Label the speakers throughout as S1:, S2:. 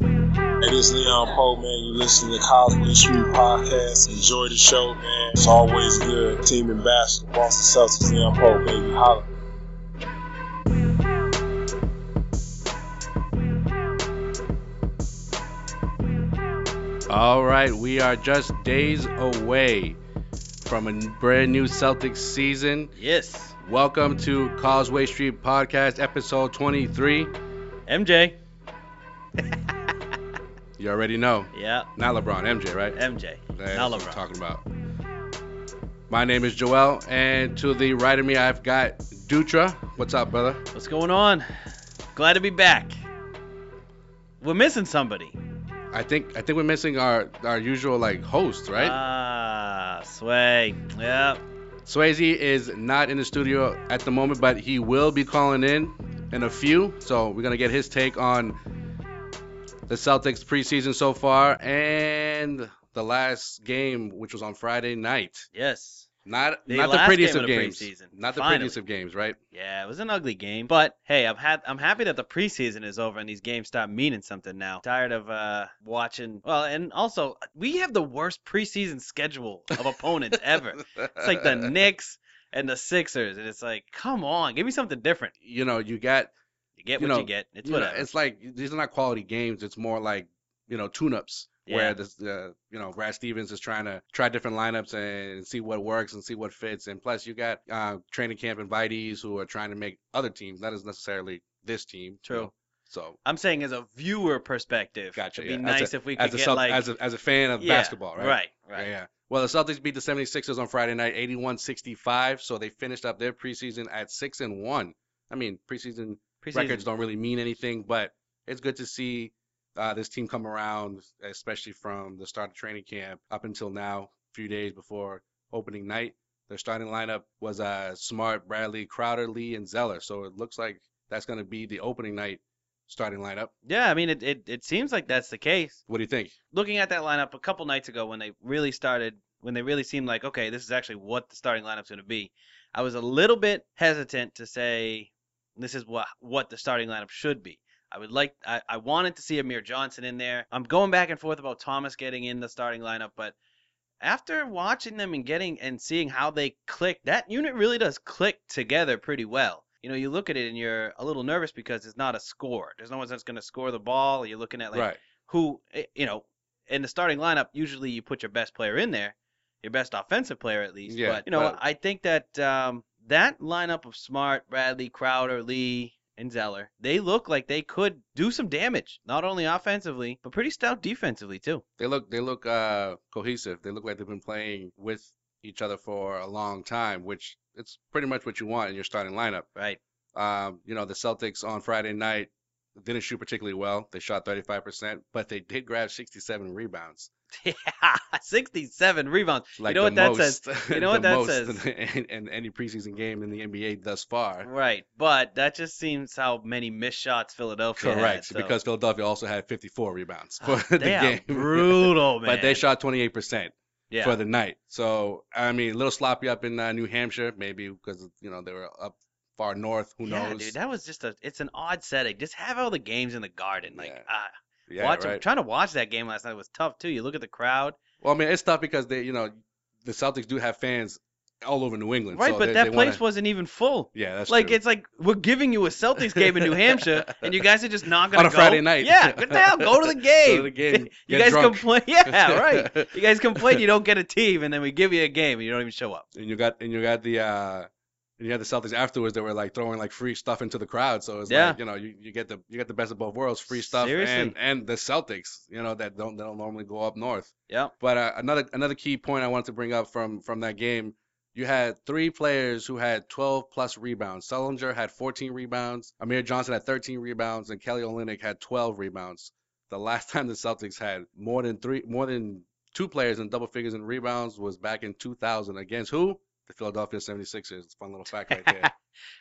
S1: Hey, this is Leon Poe, man. You listen to Cosby Street Podcast. Enjoy the show, man. It's always good. Team ambassador, Boston Celtics, Leon Poe, baby. Holla.
S2: All right, we are just days away from a brand new Celtics season.
S3: Yes.
S2: Welcome to Causeway Street Podcast, episode 23.
S3: MJ.
S2: You already know.
S3: Yeah.
S2: Not LeBron, MJ, right?
S3: MJ.
S2: That's
S3: Not
S2: what we're
S3: LeBron.
S2: talking about. My name is Joel, and to the right of me, I've got Dutra. What's up, brother?
S3: What's going on? Glad to be back. We're missing somebody.
S2: I think I think we're missing our our usual like host, right?
S3: Ah, Sway. Yep.
S2: Swayze is not in the studio at the moment, but he will be calling in in a few. So we're gonna get his take on the Celtics preseason so far and the last game, which was on Friday night.
S3: Yes.
S2: Not
S3: The
S2: not the
S3: last
S2: prettiest
S3: game
S2: of
S3: of the
S2: games.
S3: preseason,
S2: Not the
S3: finally.
S2: prettiest of games, right?
S3: Yeah, it was an ugly game, but hey, I'm had I'm happy that the preseason is over and these games stop meaning something now. Tired of uh watching. Well, and also we have the worst preseason schedule of opponents ever. It's like the Knicks and the Sixers, and it's like, come on, give me something different.
S2: you know you got
S3: You get
S2: You
S3: what
S2: know,
S3: you get. It's
S2: you know,
S3: whatever.
S2: it's like these are not quality games. It's more like you know tune-ups
S3: Yeah.
S2: where this uh, you know Brad Stevens is trying to try different lineups and see what works and see what fits. And plus, you got uh, training camp invitees who are trying to make other teams, not as necessarily this team. you
S3: True.
S2: know. So
S3: I'm saying as a viewer perspective.
S2: Gotcha,
S3: It'd be
S2: yeah. As a-
S3: nice if we
S2: as
S3: could
S2: a,
S3: get
S2: Celt-
S3: like
S2: as a as a fan of
S3: Yeah,
S2: basketball, right?
S3: Right,
S2: Yeah,
S3: right.
S2: yeah. Well, the Celtics beat the 76ers on Friday night, 81-65. So they finished up their preseason at six and one. I mean, preseason
S3: Preseason.
S2: records don't really mean anything, but it's good to see uh, this team come around, especially from the start of training camp up until now, a few days before opening night. Their starting lineup was uh, Smart, Bradley, Crowder, Lee, and Zeller. So it looks like that's going to be the opening night starting lineup.
S3: Yeah, I mean it, it it seems like that's the case.
S2: What do you think?
S3: Looking at that lineup a couple nights ago when they really started when they really seemed like, okay, this is actually what the starting lineup's gonna be, I was a little bit hesitant to say this is what what the starting lineup should be. I would like I, I wanted to see Amir Johnson in there. I'm going back and forth about Thomas getting in the starting lineup, but after watching them and getting and seeing how they click, that unit really does click together pretty well. You know, you look at it and you're a little nervous because it's not a score. There's no one that's going to score the ball. You're looking at like
S2: right.
S3: who, eh, you know, in the starting lineup. Usually, you put your best player in there, your best offensive player at least.
S2: Yeah,
S3: but you know,
S2: but-
S3: I think that um, that lineup of Smart, Bradley, Crowder, Lee, and Zeller, they look like they could do some damage, not only offensively but pretty stout defensively too.
S2: They look they look uh, cohesive. They look like they've been playing with each other for a long time, which it's pretty much what you want in your starting lineup.
S3: Right.
S2: Um, you know, the Celtics on Friday night didn't shoot particularly well. They shot 35%, but they did grab 67 rebounds.
S3: Yeah, 67 rebounds.
S2: Like
S3: know what
S2: the
S3: that
S2: most,
S3: You know what
S2: the
S3: that
S2: most
S3: says?
S2: in, in any preseason game in the NBA thus far.
S3: Right, but that just seems how many missed shots Philadelphia had,
S2: Correct,
S3: so-
S2: because Philadelphia also had 54 rebounds for
S3: Ah,
S2: the
S3: they are
S2: game.
S3: brutal, man.
S2: but they shot 28%
S3: yeah.
S2: for the night. So, I mean, a little sloppy up in uh, New Hampshire, maybe because, you know, they were up far north. Who
S3: yeah,
S2: knows?
S3: dude, that was just a. It's an odd setting. Just have all the games in the garden, like
S2: Yeah.
S3: ah,
S2: yeah,
S3: watch 'em-
S2: right.
S3: Trying to watch that game last night was tough too. You look at the crowd,
S2: Well, I mean, it's tough because they, you know, the Celtics do have fans all over New England.
S3: right?
S2: so
S3: but
S2: they-
S3: that
S2: they wanna-
S3: place wasn't even full.
S2: Yeah, that's
S3: like
S2: true.
S3: it's like we're giving you a Celtics game in New Hampshire, and you guys are just not gonna
S2: on a
S3: go.
S2: Friday night.
S3: Yeah, what the hell? Go to the game.
S2: to the game,
S3: you
S2: get
S3: guys
S2: drunk.
S3: complain. Yeah, right. You guys complain you don't get a team, and then we give you a game, and you don't even show up.
S2: and you got and you got the uh, And you had the Celtics afterwards that were like throwing like free stuff into the crowd. So it's
S3: Yeah.
S2: like, you know, you, you get the you get the best of both worlds, free stuff
S3: Seriously.
S2: and and the Celtics, you know, that don't that don't normally go up north.
S3: Yeah.
S2: But uh, another another key point I wanted to bring up from from that game, you had three players who had 12 plus rebounds. Sullinger had 14 rebounds, Amir Johnson had 13 rebounds, and Kelly Olynyk had 12 rebounds. The last time the Celtics had more than three more than two players in double figures in rebounds was back in 2000 against who? The Philadelphia 76ers. Fun little fact right there.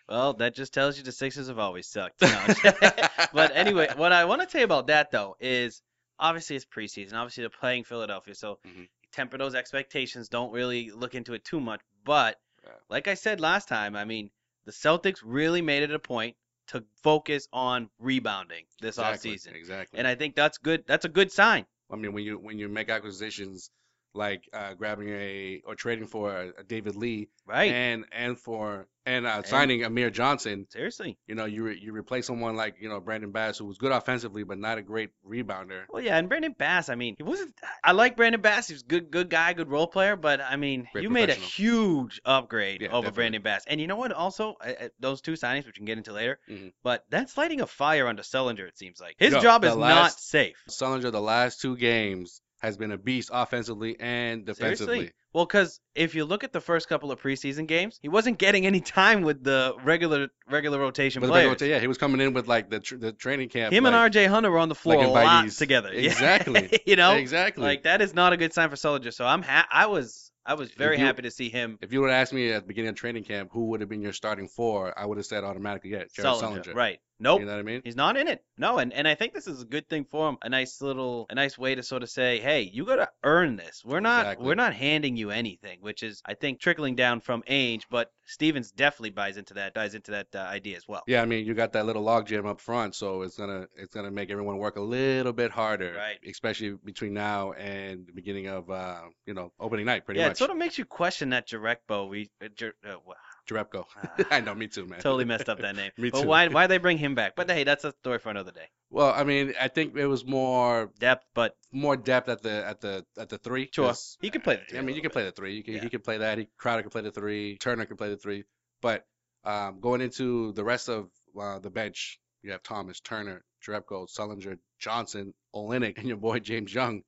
S3: Well, that just tells you the Sixers have always sucked. No, but anyway, what I want to tell you about that though is obviously it's preseason. Obviously they're playing Philadelphia, so
S2: Mhm.
S3: temper those expectations. Don't really look into it too much. But
S2: Yeah.
S3: like I said last time, I mean the Celtics really made it a point to focus on rebounding this
S2: exactly,
S3: offseason.
S2: Exactly.
S3: And I think that's good. That's a good sign.
S2: I mean, when you when you make acquisitions like uh, grabbing a or trading for a, a David Lee
S3: Right.
S2: and and for and, uh,
S3: And-
S2: signing Amir Johnson,
S3: Seriously.
S2: you know, you re- you replace someone like you know Brandon Bass who was good offensively but not a great rebounder.
S3: Well, yeah, and Brandon Bass. I mean, he wasn't. I like Brandon Bass. He was a good, good guy, good role player. But I mean,
S2: Great
S3: you made a
S2: professional.
S3: huge upgrade
S2: Yeah,
S3: over
S2: definitely.
S3: Brandon Bass. And you know what? Also, I, I- those two signings, which we can get into later.
S2: Mhm.
S3: But that's lighting a fire under Sullinger. It seems like his
S2: Yo,
S3: job
S2: the
S3: is not
S2: last-
S3: safe.
S2: Sullinger the last two games has been a beast offensively and defensively.
S3: Seriously. Well, because if you look at the first couple of preseason games, he wasn't getting any time with the regular regular rotation
S2: But the
S3: players.
S2: regular- yeah, he was coming in with like the tr- the training camp.
S3: Him
S2: like-
S3: and R.J. Hunter were on the floor a
S2: like
S3: lot
S2: invitees.
S3: together. Yeah.
S2: Exactly.
S3: you know,
S2: exactly.
S3: like that is not a good sign for Sullinger. So I'm ha- I was I was very
S2: you-
S3: happy to see him
S2: if you would have asked me at the beginning of training camp who would have been your starting four, I would have said automatically, yeah, Jared
S3: Sullinger.
S2: Sullinger.
S3: Right. Nope.
S2: You know what I mean?
S3: He's not in it. No, and, and I think this is a good thing for him. A nice little a nice way to sort of say, Hey, you gotta earn this. We're not
S2: Exactly.
S3: we're not handing you anything, which is I think trickling down from Ainge, but Stevens definitely buys into that buys into that uh, idea as well.
S2: Yeah, I mean, you got that little logjam up front, so it's gonna it's gonna make everyone work a little bit harder,
S3: Right.
S2: Especially between now and the beginning of uh, you know opening night, pretty
S3: Yeah, it
S2: much.
S3: sort of makes you question that Jarekbo. We uh, Jer- uh, wha-
S2: Jarebko.
S3: Ah.
S2: I know, me too, man.
S3: totally messed up that name.
S2: Me
S3: but
S2: too.
S3: why why they bring him back? But hey, that's a story for another day.
S2: Well, I mean, I think it was more
S3: Depth, but
S2: more depth at the at the at the three.
S3: Sure.
S2: 'cause,
S3: He could play the
S2: uh,
S3: three
S2: I
S3: a
S2: mean, you
S3: little
S2: can play the three. You can
S3: Yeah.
S2: he can play that. He, Crowder can play the three. Turner can play the three. But um, going into the rest of uh, the bench, you have Thomas, Turner, Jarebko, Sullinger, Johnson, Olenek, and your boy James Young.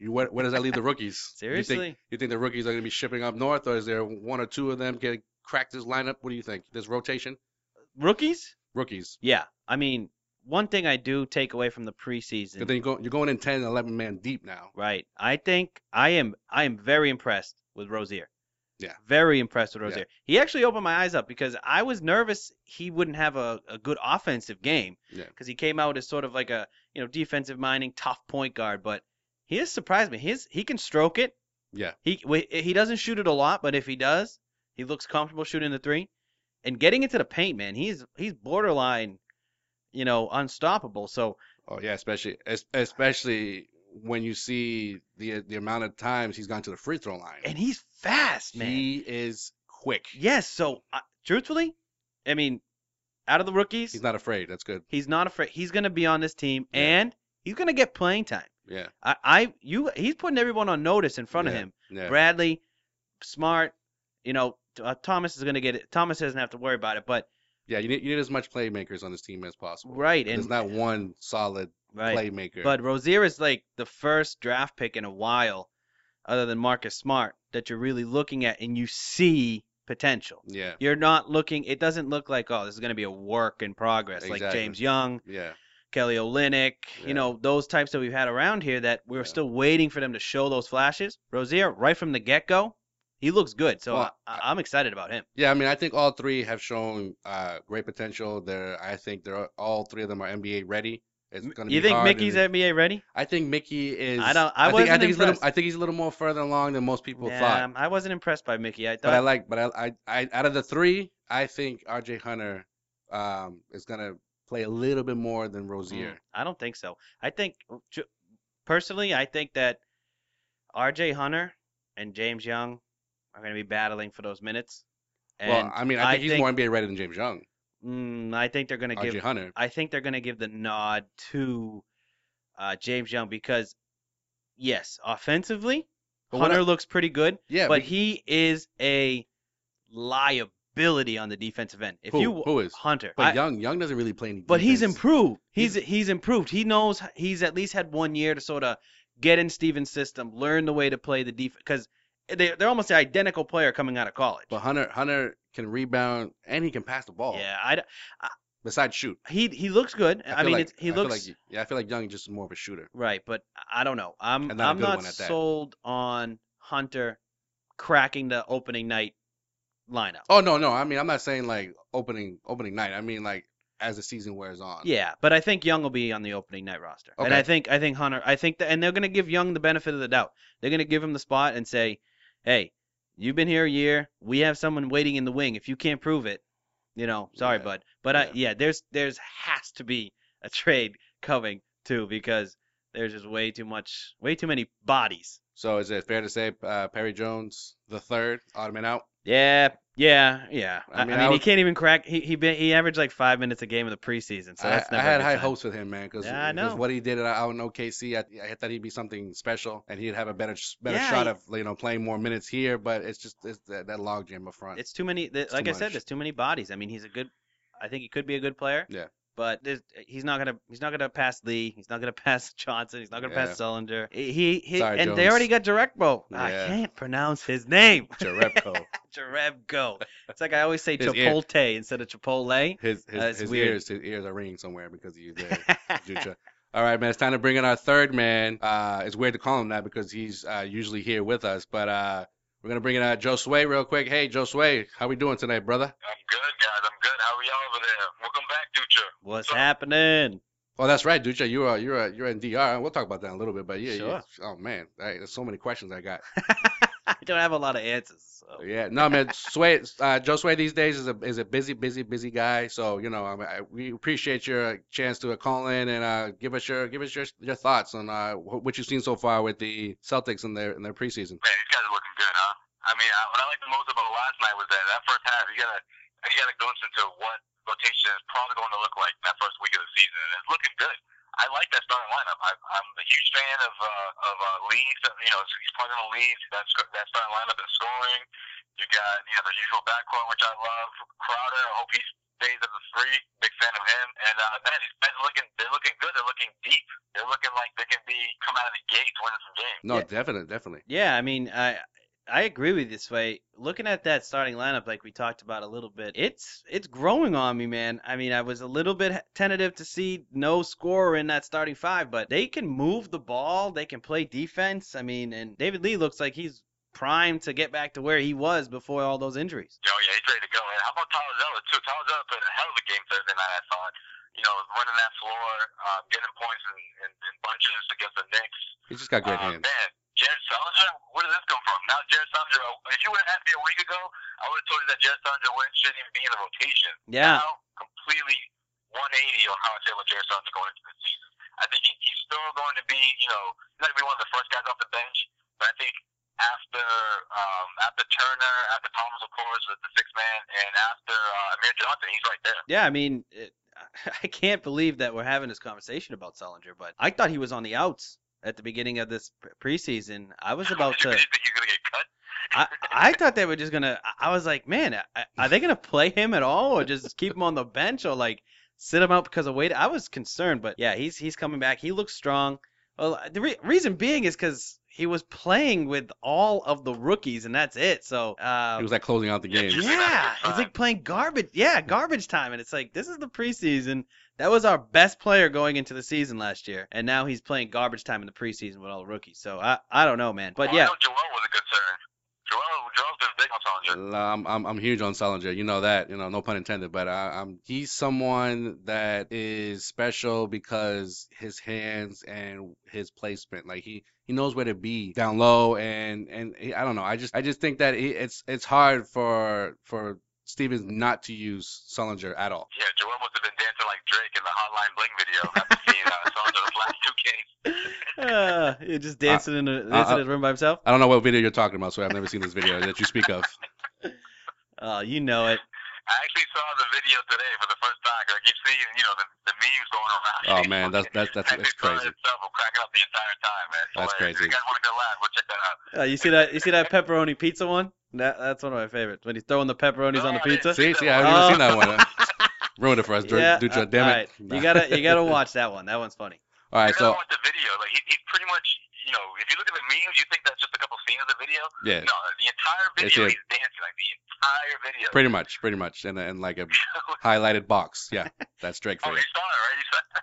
S2: You where, where does that leave the rookies?
S3: seriously.
S2: You think, you think the rookies are going to be shipping up north, or is there one or two of them getting cracked this lineup? What do you think? This rotation,
S3: Rookies?
S2: rookies.
S3: Yeah, I mean, one thing I do take away from the
S2: 'Cause
S3: preseason,
S2: then you go, you're going in 10, 11 man deep now.
S3: right? I think I am I am very impressed with Rozier.
S2: Yeah.
S3: Very impressed with
S2: Yeah.
S3: Rozier. He actually opened my eyes up because I was nervous he wouldn't have a, a good offensive game
S2: Yeah.
S3: because he came out as sort of like a you know defensive minding tough point guard, but he has surprised me. His he can stroke it.
S2: Yeah.
S3: He wi- he doesn't shoot it a lot, but if he does, he looks comfortable shooting the three and getting into the paint, man. He's he's borderline, you know, unstoppable. So
S2: Oh yeah, especially es- especially when you see the the amount of times he's gone to the free throw line.
S3: and he's fast, man.
S2: He is quick.
S3: Yes. So uh, truthfully, I mean, out of the rookies,
S2: He's not afraid. That's good.
S3: he's not afraid. He's gonna be on this team,
S2: Yeah.
S3: and he's gonna get playing time.
S2: Yeah,
S3: I, I, you, he's putting everyone on notice in front of
S2: Yeah.
S3: him.
S2: yeah.
S3: Bradley, Smart, you know, t- uh, Thomas is gonna get it. Thomas doesn't have to worry about it, but
S2: Yeah, you need you need as much playmakers on this team as possible.
S3: right
S2: There's
S3: and
S2: not one solid
S3: right.
S2: playmaker.
S3: But Rozier is like the first draft pick in a while, other than Marcus Smart, that you're really looking at and you see potential.
S2: yeah,
S3: You're not looking. It doesn't look like oh, this is going to be a work in progress, like
S2: Exactly.
S3: James Young,
S2: yeah,
S3: Kelly Olynyk,
S2: Yeah.
S3: you know, those types that we've had around here that we're
S2: Yeah.
S3: still waiting for them to show those flashes. Rozier, right from the get go, he looks good. So
S2: Well,
S3: I, I, am excited about him.
S2: yeah. I mean, I think all three have shown uh, great potential. They're I think they're all three of them are NBA ready. It's gonna
S3: You
S2: be
S3: think
S2: hard and
S3: Mickey's NBA ready?
S2: I think Mickey is.
S3: I don't- I
S2: think, I
S3: wasn't
S2: think he's a little.
S3: impressed.
S2: I think he's a little more further along than most people thought.
S3: Um, I wasn't impressed by Mickey. I
S2: But I
S3: thought
S2: like, but I, I, I, out of the three, I think R.J. Hunter um, is gonna play a little bit more than Rozier.
S3: Mm, I don't think so. I think uh, ju- personally, I think that R.J. Hunter and James Young are going to be battling for those minutes. And
S2: well, I mean, I think he's
S3: think-
S2: more NBA ready than James Young.
S3: mm, I think they're going to
S2: R.J.
S3: give
S2: Hunter,
S3: I think they're going to give the nod to uh, James Young because, yes, offensively,
S2: But what
S3: Hunter
S2: I-
S3: looks pretty good,
S2: yeah,
S3: but
S2: be-
S3: he is a liability ability on the defensive end. If
S2: Who-
S3: you
S2: who is?
S3: Hunter,
S2: But
S3: I-
S2: Young, Young doesn't really play any.
S3: but he's
S2: defense.
S3: improved. He's he's improved. He knows he's at least had one year to sort of get in Steven's system, learn the way to play the defense because they they're almost the identical player coming out of college.
S2: But Hunter, Hunter can rebound and he can pass the ball.
S3: yeah, I d-
S2: Besides shoot.
S3: he he looks good. I,
S2: feel
S3: mean,
S2: like-
S3: it's, he
S2: I feel
S3: looks
S2: like, yeah. I feel like Young is just more of a shooter.
S3: right, but I don't know. I'm
S2: And not a
S3: I'm
S2: good
S3: not
S2: one at that.
S3: sold on Hunter cracking the opening night lineup.
S2: Oh no, no. I mean, I'm not saying like opening opening night. I mean like as the season wears on.
S3: Yeah, but I think Young will be on the opening night roster, and
S2: Okay.
S3: I think I think Hunter, I think that, and they're going to give Young the benefit of the doubt. They're going to give him the spot and say, "Hey, you've been here a year. We have someone waiting in the wing. If you can't prove it, you know, sorry,
S2: Yeah,
S3: bud." But I,
S2: yeah.
S3: yeah, there's there's has to be a trade coming too because there's just way too much, way too many bodies.
S2: So is it fair to say uh, Perry Jones the third ottoman out?
S3: Yeah, yeah, yeah.
S2: I
S3: I, I
S2: mean,
S3: mean,
S2: I
S3: he
S2: would-
S3: can't even crack. He he been, he averaged like five minutes a game in the preseason, so
S2: I-
S3: that's
S2: I,
S3: never. a
S2: had
S3: good
S2: high
S3: sign.
S2: hopes with him, man, because
S3: Yeah, I know.
S2: what he did out in OKC, I, I thought he'd be something special, and he'd have a better better
S3: Yeah,
S2: shot
S3: he-
S2: of you know playing more minutes here. But it's just it's that, that logjam up front.
S3: It's too many. th
S2: It's
S3: like
S2: too
S3: I said,
S2: much.
S3: there's too many bodies. I mean, he's a good. I think he could be a good player.
S2: Yeah.
S3: But there's, he's not gonna he's not gonna pass Lee. He's not gonna pass Johnson. He's not gonna
S2: Yeah.
S3: pass Sullinger. He, he
S2: Sorry,
S3: and they already got
S2: Jones.
S3: Jarekbo. I
S2: Yeah.
S3: can't pronounce his name.
S2: Jarepko.
S3: Jarebko. It's like I always say
S2: His ear.
S3: Chipotle instead of Chipotle.
S2: His his,
S3: That's
S2: his
S3: weird.
S2: ears his ears are ringing somewhere because he's there. Jucha. All right, man. It's time to bring in our third man. Uh, it's weird to call him that because he's uh, usually here with us, but uh, we're gonna bring in uh, Joe Sway real quick. Hey, Joe Sway, how we doing tonight, brother?
S4: I'm good, guys. I'm good. How are y'all over there? Welcome back, Ducha.
S3: What's happening?
S2: Oh, that's right, Ducha. You are you're you're in DR. We'll talk about that in a little bit, but yeah, yeah.
S3: Sure.
S2: Oh man, I, there's so many questions I got.
S3: I don't have a lot of answers. So.
S2: Yeah, no, man. Sway, uh, Joe Sway these days is a is a busy, busy, busy guy. So you know, I, mean, I, we appreciate your chance to call in and uh, give us your give us your, your thoughts on uh, wh- what you've seen so far with the Celtics in their in their preseason.
S4: Man, these guys are looking good, huh? I mean, I, what I liked the most about last night was that that first half, you gotta you gotta glimpse into what rotation is probably going to look like that first week of the season, and it's looking good. I like that starting lineup. I, I'm a huge fan of uh, of uh, Lee. so, You know, he's plugging the lead. That's that starting lineup is scoring. You got you know the usual backcourt, which I love. Crowder. I hope he stays at the three. Big fan of him. And uh, man, these guys are looking. They're looking good. They're looking deep. They're looking like they can be come out of the gate winning some games.
S2: No,
S3: Yeah.
S2: definitely, definitely.
S3: Yeah, I mean, I I agree with you this way. Looking at that starting lineup, like we talked about a little bit, it's it's growing on me, man. I mean, I was a little bit tentative to see no scorer in that starting five, but they can move the ball, they can play defense. I mean, and David Lee looks like he's primed to get back to where he was before all those injuries.
S4: Yo, Oh, yeah, he's ready to go. And how about Tyler Zeller too? Tyler Zeller played a hell of a game Thursday night. I thought, you know, running that floor, uh, getting points in, in, in bunches against the Knicks.
S2: He's just got great
S4: uh,
S2: hands.
S4: Man, Jared Solinger, where did this come from? Now Jared Solinger, if you would have asked me a week ago, I would have told you that Jared Solinger wouldn't- shouldn't even be in the rotation.
S3: Yeah.
S4: Now, completely 180 on how I feel about Jared Solinger going into the season. I think he, he's still going to be, you know, he's not going to be one of the first guys off the bench, but I think after um, after Turner, after Thomas, of course, with the six man, and after uh, Amir Johnson, he's right there.
S3: Yeah, I mean, it, I can't believe that we're having this conversation about Sullinger, but I thought he was on the outs at the beginning of this pre- preseason. I was about
S4: you
S3: to.
S4: think he's going to get cut?
S3: I, I thought they were just gonna. I- I was like, man, I- are they gonna play him at all, or just keep him on the bench, or like sit him out because of weight? I was concerned, but yeah, he's he's coming back. He looks strong. Well, the re- reason being is because he was playing with all of the rookies, and that's it. So, uh,
S2: He was like closing out the
S4: Yeah,
S2: game.
S4: just-
S3: yeah, it's like playing garbage. Yeah, garbage time, and it's like this is the preseason. That was our best player going into the season last year, and now he's playing garbage time in the preseason with all the rookies. So I I don't know, man, but
S4: Well,
S3: yeah.
S4: I know Joel was a concern. Joel, Joel's been big on Solinger.
S2: I'm, I'm I'm huge on Solinger. You know that. You know, no pun intended. But I, I'm he's someone that is special because his hands and his placement. Like he he knows where to be down low, and and he, I don't know. I just I just think that he, it's it's hard for for Stevens not to use Solinger at all.
S4: Yeah, Joel must have been dancing like Drake in the Hotline Bling video after seeing uh, Solinger the last two games.
S3: uh, you're just dancing in a dancing
S2: uh,
S3: in a room by himself.
S2: I don't know what video you're talking about, so I've never seen this video that you speak of.
S3: Oh, you know it.
S4: I actually saw the video today for the first time. 'cause I keep seeing, you know, the, the memes going around.
S2: Oh man, that's that's that's,
S4: Actually
S2: that's
S4: saw
S2: crazy.
S4: it Itself, I'm cracking up the entire time, man. It's
S2: That's
S4: hilarious.
S2: crazy.
S4: If you guys want to go live, go check that out.
S3: Uh, you see that? You see that pepperoni pizza one? That, that's one of my favorites. When he's throwing the pepperonis on the
S4: Oh, yeah.
S3: pizza.
S2: See, see, I haven't even
S3: Oh.
S2: seen that one. Uh, Ruined it for us,
S3: Yeah,
S2: yeah, Dutra.
S3: uh,
S2: damn
S3: alright.
S2: it.
S3: You gotta you gotta watch that one. That one's funny.
S2: All right, so
S4: so, with the video, like he, he's pretty much, you know, if you look at the memes, you think that's just a couple scenes of the video.
S2: yeah,
S4: No, the entire
S2: It's
S4: video
S2: him.
S4: he's dancing, like the entire video.
S2: pretty much, pretty much, and and like a highlighted box. Yeah, that's Drake
S4: oh,
S2: for you.
S4: you saw it, right?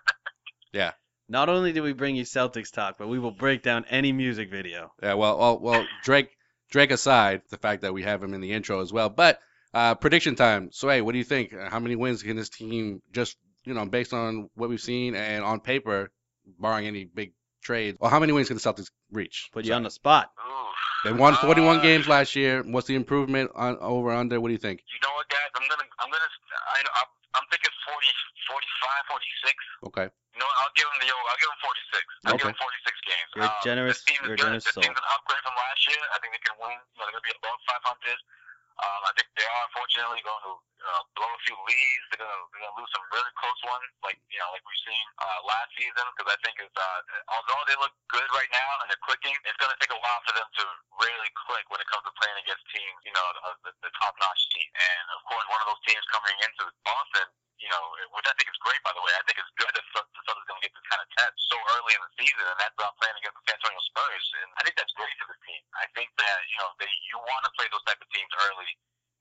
S4: You saw it.
S3: Not only do we bring you Celtics talk, but we will break down any music video.
S2: Yeah, well, well, well, Drake, Drake aside, the fact that we have him in the intro as well. But uh, prediction time. So, hey, what do you think? Uh, How many wins can this team just, you know, based on what we've seen and on paper, barring any big trades, or how many wins can the Celtics reach?
S3: Put you on the spot.
S4: Ooh.
S2: They won 41
S4: Uh,
S2: games last year. What's the improvement on over under? What do you think?
S4: You know what, guys? I'm gonna, I'm gonna, I, I'm, I'm thinking 40, 45, 46.
S2: Okay.
S4: No, I'll give him the. I'll give him 46. I'll give
S2: Okay.
S4: him 46 games.
S3: You're
S4: Um,
S3: generous-
S4: This team is
S3: you're a
S4: good.
S3: generous
S4: This
S3: soul.
S4: team's an upgrade from last year. I think they can win. You know, they're gonna be above 500. Um, I think they are unfortunately going to uh, blow a few leads. They're gonna, they're gonna lose some really close ones, like you know, like we've seen uh, last season. Because I think it's uh, although they look good right now and they're clicking, it's gonna take a while for them to really click when it comes to playing against teams, you know, the, the, the top-notch team. And of course, one of those teams coming into Boston you know, which I think is great, by the way. I think it's good that Sun- the Suns is going to get this kind of test so early in the season, and that's about playing against the San Antonio Spurs. And I think that's great for the team. I think that you know they you want to play those type of teams early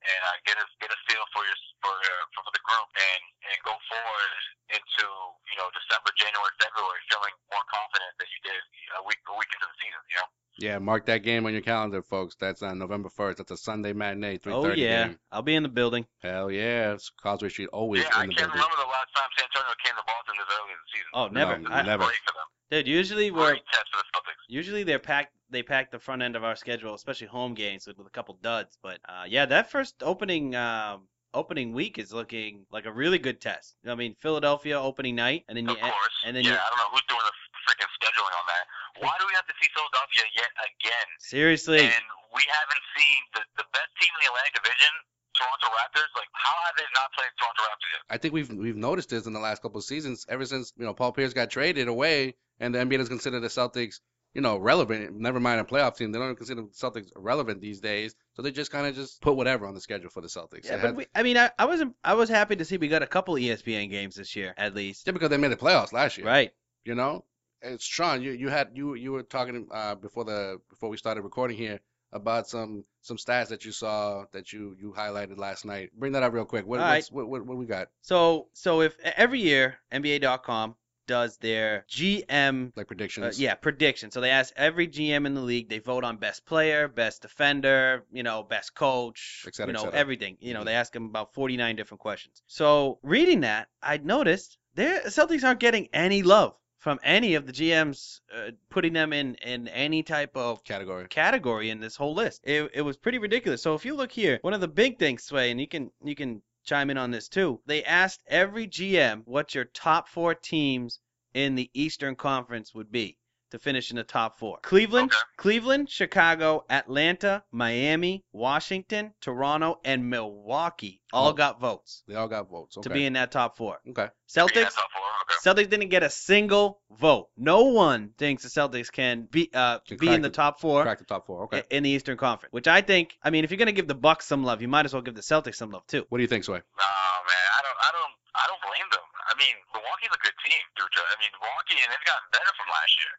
S4: and uh, get a get a feel for your for uh, for the group and and go forward into you know December, January, February, feeling more confident than you did a week a week into the season. You know.
S2: Yeah, mark that game on your calendar, folks. That's on November 1st. That's a Sunday matinee, 3:30
S3: Oh yeah,
S2: game.
S3: I'll be in the building.
S2: Hell yeah, it's Causeway Street always
S4: yeah, I
S2: in the
S4: can't
S2: building.
S4: remember the last time San Antonio came to Boston this early in the season.
S3: Oh, never.
S2: No,
S3: I-
S2: never.
S4: Great for them.
S3: dude, usually we're
S4: Great test for the Celtics.
S3: usually they're packed. They pack the front end of our schedule, especially home games with, with a couple duds. But uh, yeah, that first opening um opening week is looking like a really good test. I mean, Philadelphia opening night, and then you
S4: Of
S3: end,
S4: course.
S3: and then
S4: yeah,
S3: you-
S4: I don't know who's doing the freaking scheduling on that. Why do we have to see Philadelphia yet again?
S3: seriously,
S4: And we haven't seen the, the best team in the Atlantic Division, Toronto Raptors. Like, how have they not played Toronto Raptors yet?
S2: I think we've we've noticed this in the last couple of seasons. Ever since you know Paul Pierce got traded away, and the NBA doesn't consider the Celtics you know relevant. Never mind a playoff team; they don't even consider the Celtics relevant these days. So they just kind of just put whatever on the schedule for the Celtics.
S3: yeah,
S2: It
S3: but
S2: has-
S3: we, I mean, I, I was I was happy to see we got a couple E ESPN games this year at least,
S2: yeah, because they made the playoffs last year,
S3: right?
S2: You know, and Sean, you you had you you were talking uh, before the before we started recording here about some some stats that you saw that you you highlighted last night. Bring that up real quick. What
S3: All
S2: what's, what, what what we got?
S3: So so if every year NBA.com does their GM
S2: Like
S3: Uh,
S2: predictions?
S3: yeah, prediction. So they ask every GM in the league. They vote on best player, best defender, you know, best coach,
S2: Et cetera,
S3: you
S2: et
S3: know,
S2: cetera.
S3: everything. You know,
S2: Mhm.
S3: they ask them about 49 different questions. So reading that, I noticed their Celtics aren't getting any love from any of the GMs uh, putting them in in any type of
S2: Category.
S3: category in this whole list. It, it was pretty ridiculous. So if you look here, one of the big things, Sway, and you can you can chime in on this too. They asked every GM what your top four teams in the Eastern Conference would be to finish in the top four. Cleveland,
S4: Okay.
S3: Cleveland, Chicago, Atlanta, Miami, Washington, Toronto, and Milwaukee all
S2: Oh.
S3: got votes
S2: They all got votes. Okay.
S3: to be in that top four.
S2: okay.
S4: Yeah,
S3: Celtics,
S4: top four. Okay.
S3: Celtics didn't get a single vote. No one thinks the Celtics can be uh,
S2: Can
S3: be
S2: crack
S3: in the
S2: the-
S3: top four
S2: Crack the top four. Okay.
S3: i- in the Eastern Conference, which I think, I mean, if you're going to give the Bucks some love, you might as well give the Celtics some love too.
S2: What do you think, Sway?
S4: Nah, man, I don't, I don't, I don't blame them. I mean, Milwaukee's a good team, Dutra. I mean, Milwaukee, and they've gotten better from last year.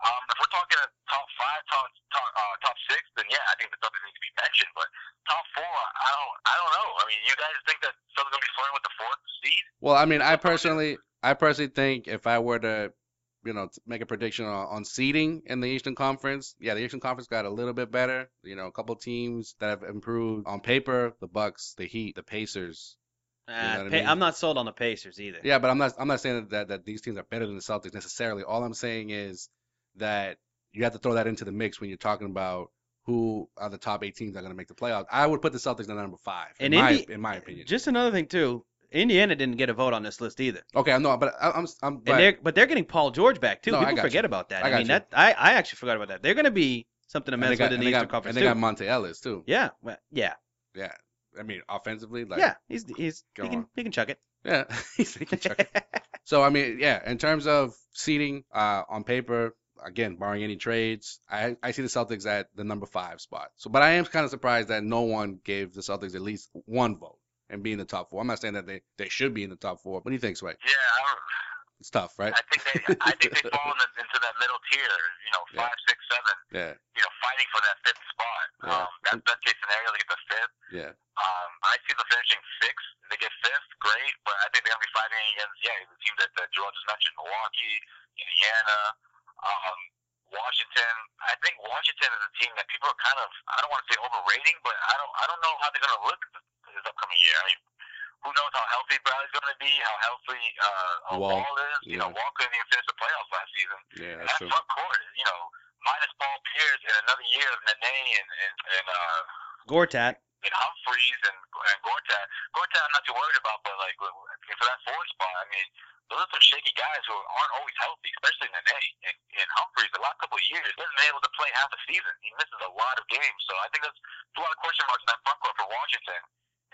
S4: Um, if we're talking top five, top top, uh, top six, then yeah, I think the Celtics need to be mentioned. But top four, I don't, I don't know. I mean, you guys think that Celtics gonna be flirting with the fourth seed?
S2: Well, I mean, I personally, I personally think if I were to, you know, t- make a prediction on, on seeding in the Eastern Conference, yeah, the Eastern Conference got a little bit better. You know, a couple teams that have improved on paper: the Bucks, the Heat, the Pacers.
S3: Uh,
S2: know what I
S3: Pa-
S2: mean?
S3: I'm not sold on the Pacers either.
S2: Yeah, but I'm not, I'm not saying that that these teams are better than the Celtics necessarily. All I'm saying is that you have to throw that into the mix when you're talking about who are the top eight teams that are going to make the playoffs. I would put the Celtics at number five, in
S3: And
S2: my,
S3: Indi-
S2: in my opinion.
S3: Just another thing too, Indiana didn't get a vote on this list either,
S2: Okay, I know, but I, I'm, I'm,
S3: and
S2: but-
S3: they're but they're getting Paul George back too.
S2: No, I
S3: People
S2: got
S3: forget
S2: you.
S3: about that.
S2: I
S3: I,
S2: got
S3: mean,
S2: you.
S3: that I, I actually forgot about that. They're going to be something to
S2: and they
S3: mess
S2: got,
S3: with in
S2: and
S3: the
S2: they
S3: Eastern
S2: got,
S3: Conference
S2: and they
S3: too.
S2: got Monte Ellis too.
S3: yeah, well, yeah,
S2: Yeah. I mean, offensively, like,
S3: yeah. He's he's he
S2: go
S3: can
S2: on.
S3: he can chuck it.
S2: yeah. He's thinking Chuck. so, I mean, yeah, in terms of seating uh, on paper, again, barring any trades, I, I see the Celtics at the number five spot. So, but I am kind of surprised that no one gave the Celtics at least one vote and be in the top four. I'm not saying that they, they should be in the top four. What do you think, Sway?
S4: Yeah, I, don't,
S2: It's tough, right?
S4: I think they I think they fall in the, into that middle tier. You know,
S2: Yeah.
S4: five, six, seven.
S2: Yeah,
S4: You know, fighting for that fifth spot.
S2: Yeah.
S4: Um, that's best case scenario. They get the fifth.
S2: yeah,
S4: Um, I see them finishing sixth. They get fifth, great. But I think they're gonna be fighting against yeah the team that, that Joel just mentioned: Milwaukee, Indiana, um, Washington. I think Washington is a team that people are kind of I don't want to say overrating, but I don't I don't know how they're gonna look this, this upcoming year. I mean, who knows how healthy Bradley's gonna be? How healthy uh,
S2: Wall,
S4: Wall, Wall is? You know,
S2: yeah.
S4: Wall couldn't even finish the playoffs last season.
S2: yeah.
S4: And
S2: That's
S4: That's
S2: true.
S4: front court, you know, minus Paul Pierce and another year of Nene and and, and uh,
S3: Gortat.
S4: and Humphreys and, and Gortat. Gortat, I'm not too worried about, but like for that four spot, I mean, those are some shaky guys who aren't always healthy, especially Nene and, and Humphreys. The last couple of years, he hasn't been able to play half a season. He misses a lot of games, so I think that's a lot of question marks in that front court for Washington.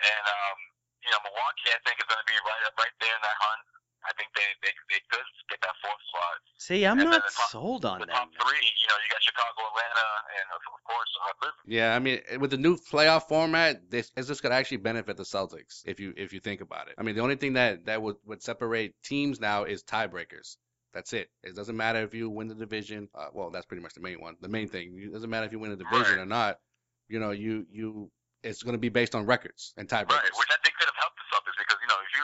S4: And um, you know, Milwaukee, I think is going to be right up right there in that hunt. I think they they they could get that fourth spot
S3: See, I'm
S4: And then
S3: not
S4: the top-
S3: sold on
S4: the
S3: them.
S4: top three, you know, you got Chicago, Atlanta, and of of course uh, Cleveland.
S2: Yeah, I mean, eh, with the new playoff format, this is just gonna actually benefit the Celtics if you if you think about it. I mean, the only thing that that would would separate teams now is tiebreakers. That's it. It doesn't matter if you win the division. Uh, well, that's pretty much the main one. The main thing. It doesn't matter if you win the division
S4: Right.
S2: or not. You know, you you it's gonna be based on records and tiebreakers.
S4: Right, which I think could have helped the Celtics because you know if you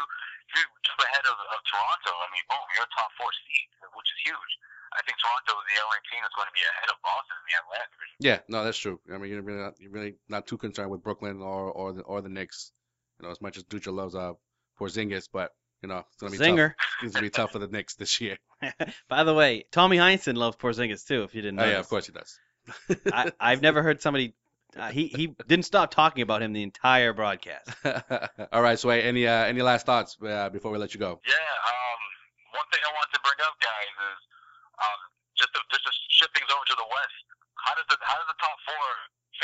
S4: if you jump ahead of, of Toronto, I mean, boom, you're a top four seed, which is huge. I think Toronto is the only team that's going to be ahead of Boston in the Atlantic Division.
S2: Yeah, no, that's true. I mean, you're really not, you're really not too concerned with Brooklyn or or the or the Knicks. You know, as much as Ducha loves uh Porzingis, but you know it's gonna be tough.
S3: Zinger.
S2: It's gonna be tough for the Knicks this year.
S3: By the way, Tommy Heinsohn loves Porzingis too. If you didn't know,
S2: Oh yeah, of course he does.
S3: I, I've never heard somebody. Uh, he he didn't stop talking about him the entire broadcast.
S2: All right, Sway. Any uh, any last thoughts uh, before we let you go?
S4: Yeah. Um. One thing I wanted to bring up, guys, is um just to, just to shift things over to the West. How does the how does the top four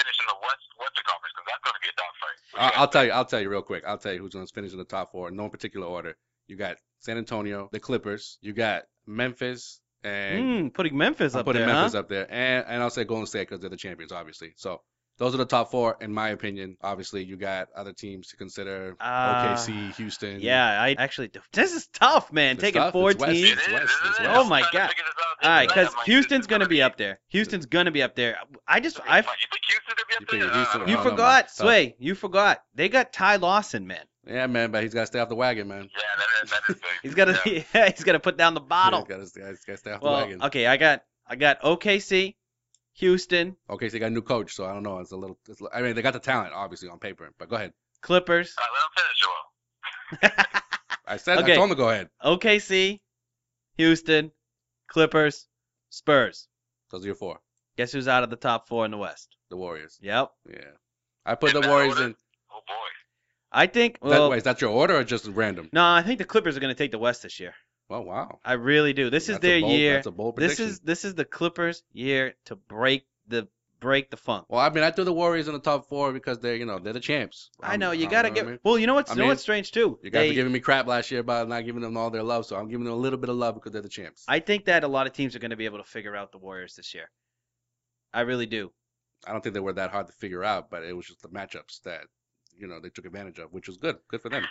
S4: finish in the West Western Conference? Because that's going to be a dogfight.
S2: I- I'll tell you. I'll tell you real quick. I'll tell you who's going to finish in the top four. No particular order. You got San Antonio, the Clippers. You got Memphis, and
S3: Mm, putting Memphis
S2: I'm
S3: up
S2: putting
S3: there,
S2: Memphis
S3: huh?
S2: up there, and and I'll say Golden State because they're the champions, obviously. So those are the top four, in my opinion. Obviously, you got other teams to consider:
S3: Uh,
S2: OKC, Houston.
S3: Yeah, I actually. This is tough, man.
S2: It's
S3: Taking
S2: tough.
S3: four
S2: It's West.
S3: teams.
S4: It is,
S2: West,
S4: isn't
S2: it's
S4: it?
S2: West.
S3: Oh, my
S4: I'm trying to
S3: God.
S4: figure this
S3: All
S4: out.
S3: right, because
S4: I'm like,
S3: Houston's
S4: this is
S3: gonna be
S4: be
S3: up there. Houston's gonna be up there. I just
S4: You
S3: I've
S4: think Houston's gonna be up
S2: You
S4: there?
S2: figure Houston-
S4: Uh,
S2: I
S3: you
S2: don't know,
S3: forgot
S2: man. So-
S3: Sway. You forgot they got Ty Lawson, man.
S2: yeah, man. But he's got to stay off the wagon, man.
S4: Yeah, that is, that is big.
S3: He's gotta
S4: Yeah.
S3: he's gotta put down the bottle.
S2: He's got to stay off the
S3: well,
S2: wagon.
S3: okay, I got I got OKC, Houston,
S2: Okay, so they got a new coach, so I don't know. It's a little. It's, I mean, they got the talent, obviously, on paper. But go ahead.
S3: Clippers,
S4: All right, let him finish, Joel.
S2: I said I
S3: Okay.
S2: told him to go ahead.
S3: OKC, Houston, Clippers, Spurs.
S2: Those are your four,
S3: Guess who's out of the top four in the West?
S2: the Warriors.
S3: Yep.
S2: Yeah, I put
S4: In
S2: the
S4: that
S2: Warriors
S4: order?
S2: in.
S4: Oh boy.
S3: I think.
S2: That,
S3: Well,
S2: wait, is that your order or just random?
S3: no, I think the Clippers are gonna take the West this year.
S2: Oh wow,
S3: I really do. This is
S2: That's a
S3: their
S2: bold-
S3: year.
S2: That's a bold
S3: This
S2: prediction.
S3: is this is the Clippers' year to break the break the funk.
S2: Well, I mean, I threw the Warriors in the top four because they're, you know, they're the champs.
S3: I
S2: I'm-
S3: know you
S2: I'm-
S3: gotta
S2: know
S3: get.
S2: what I mean?
S3: Well, you know what's
S2: I
S3: you know
S2: mean,
S3: what's strange too.
S2: You guys
S3: They-
S2: were giving me crap last year about not giving them all their love, so I'm giving them a little bit of love because they're the champs. I,
S3: I think that a lot of teams are going to be able to figure out the Warriors this year. I really do.
S2: don't think they were that hard to figure out, but it was just the matchups that, you know, they took advantage of, which was good. Good for them.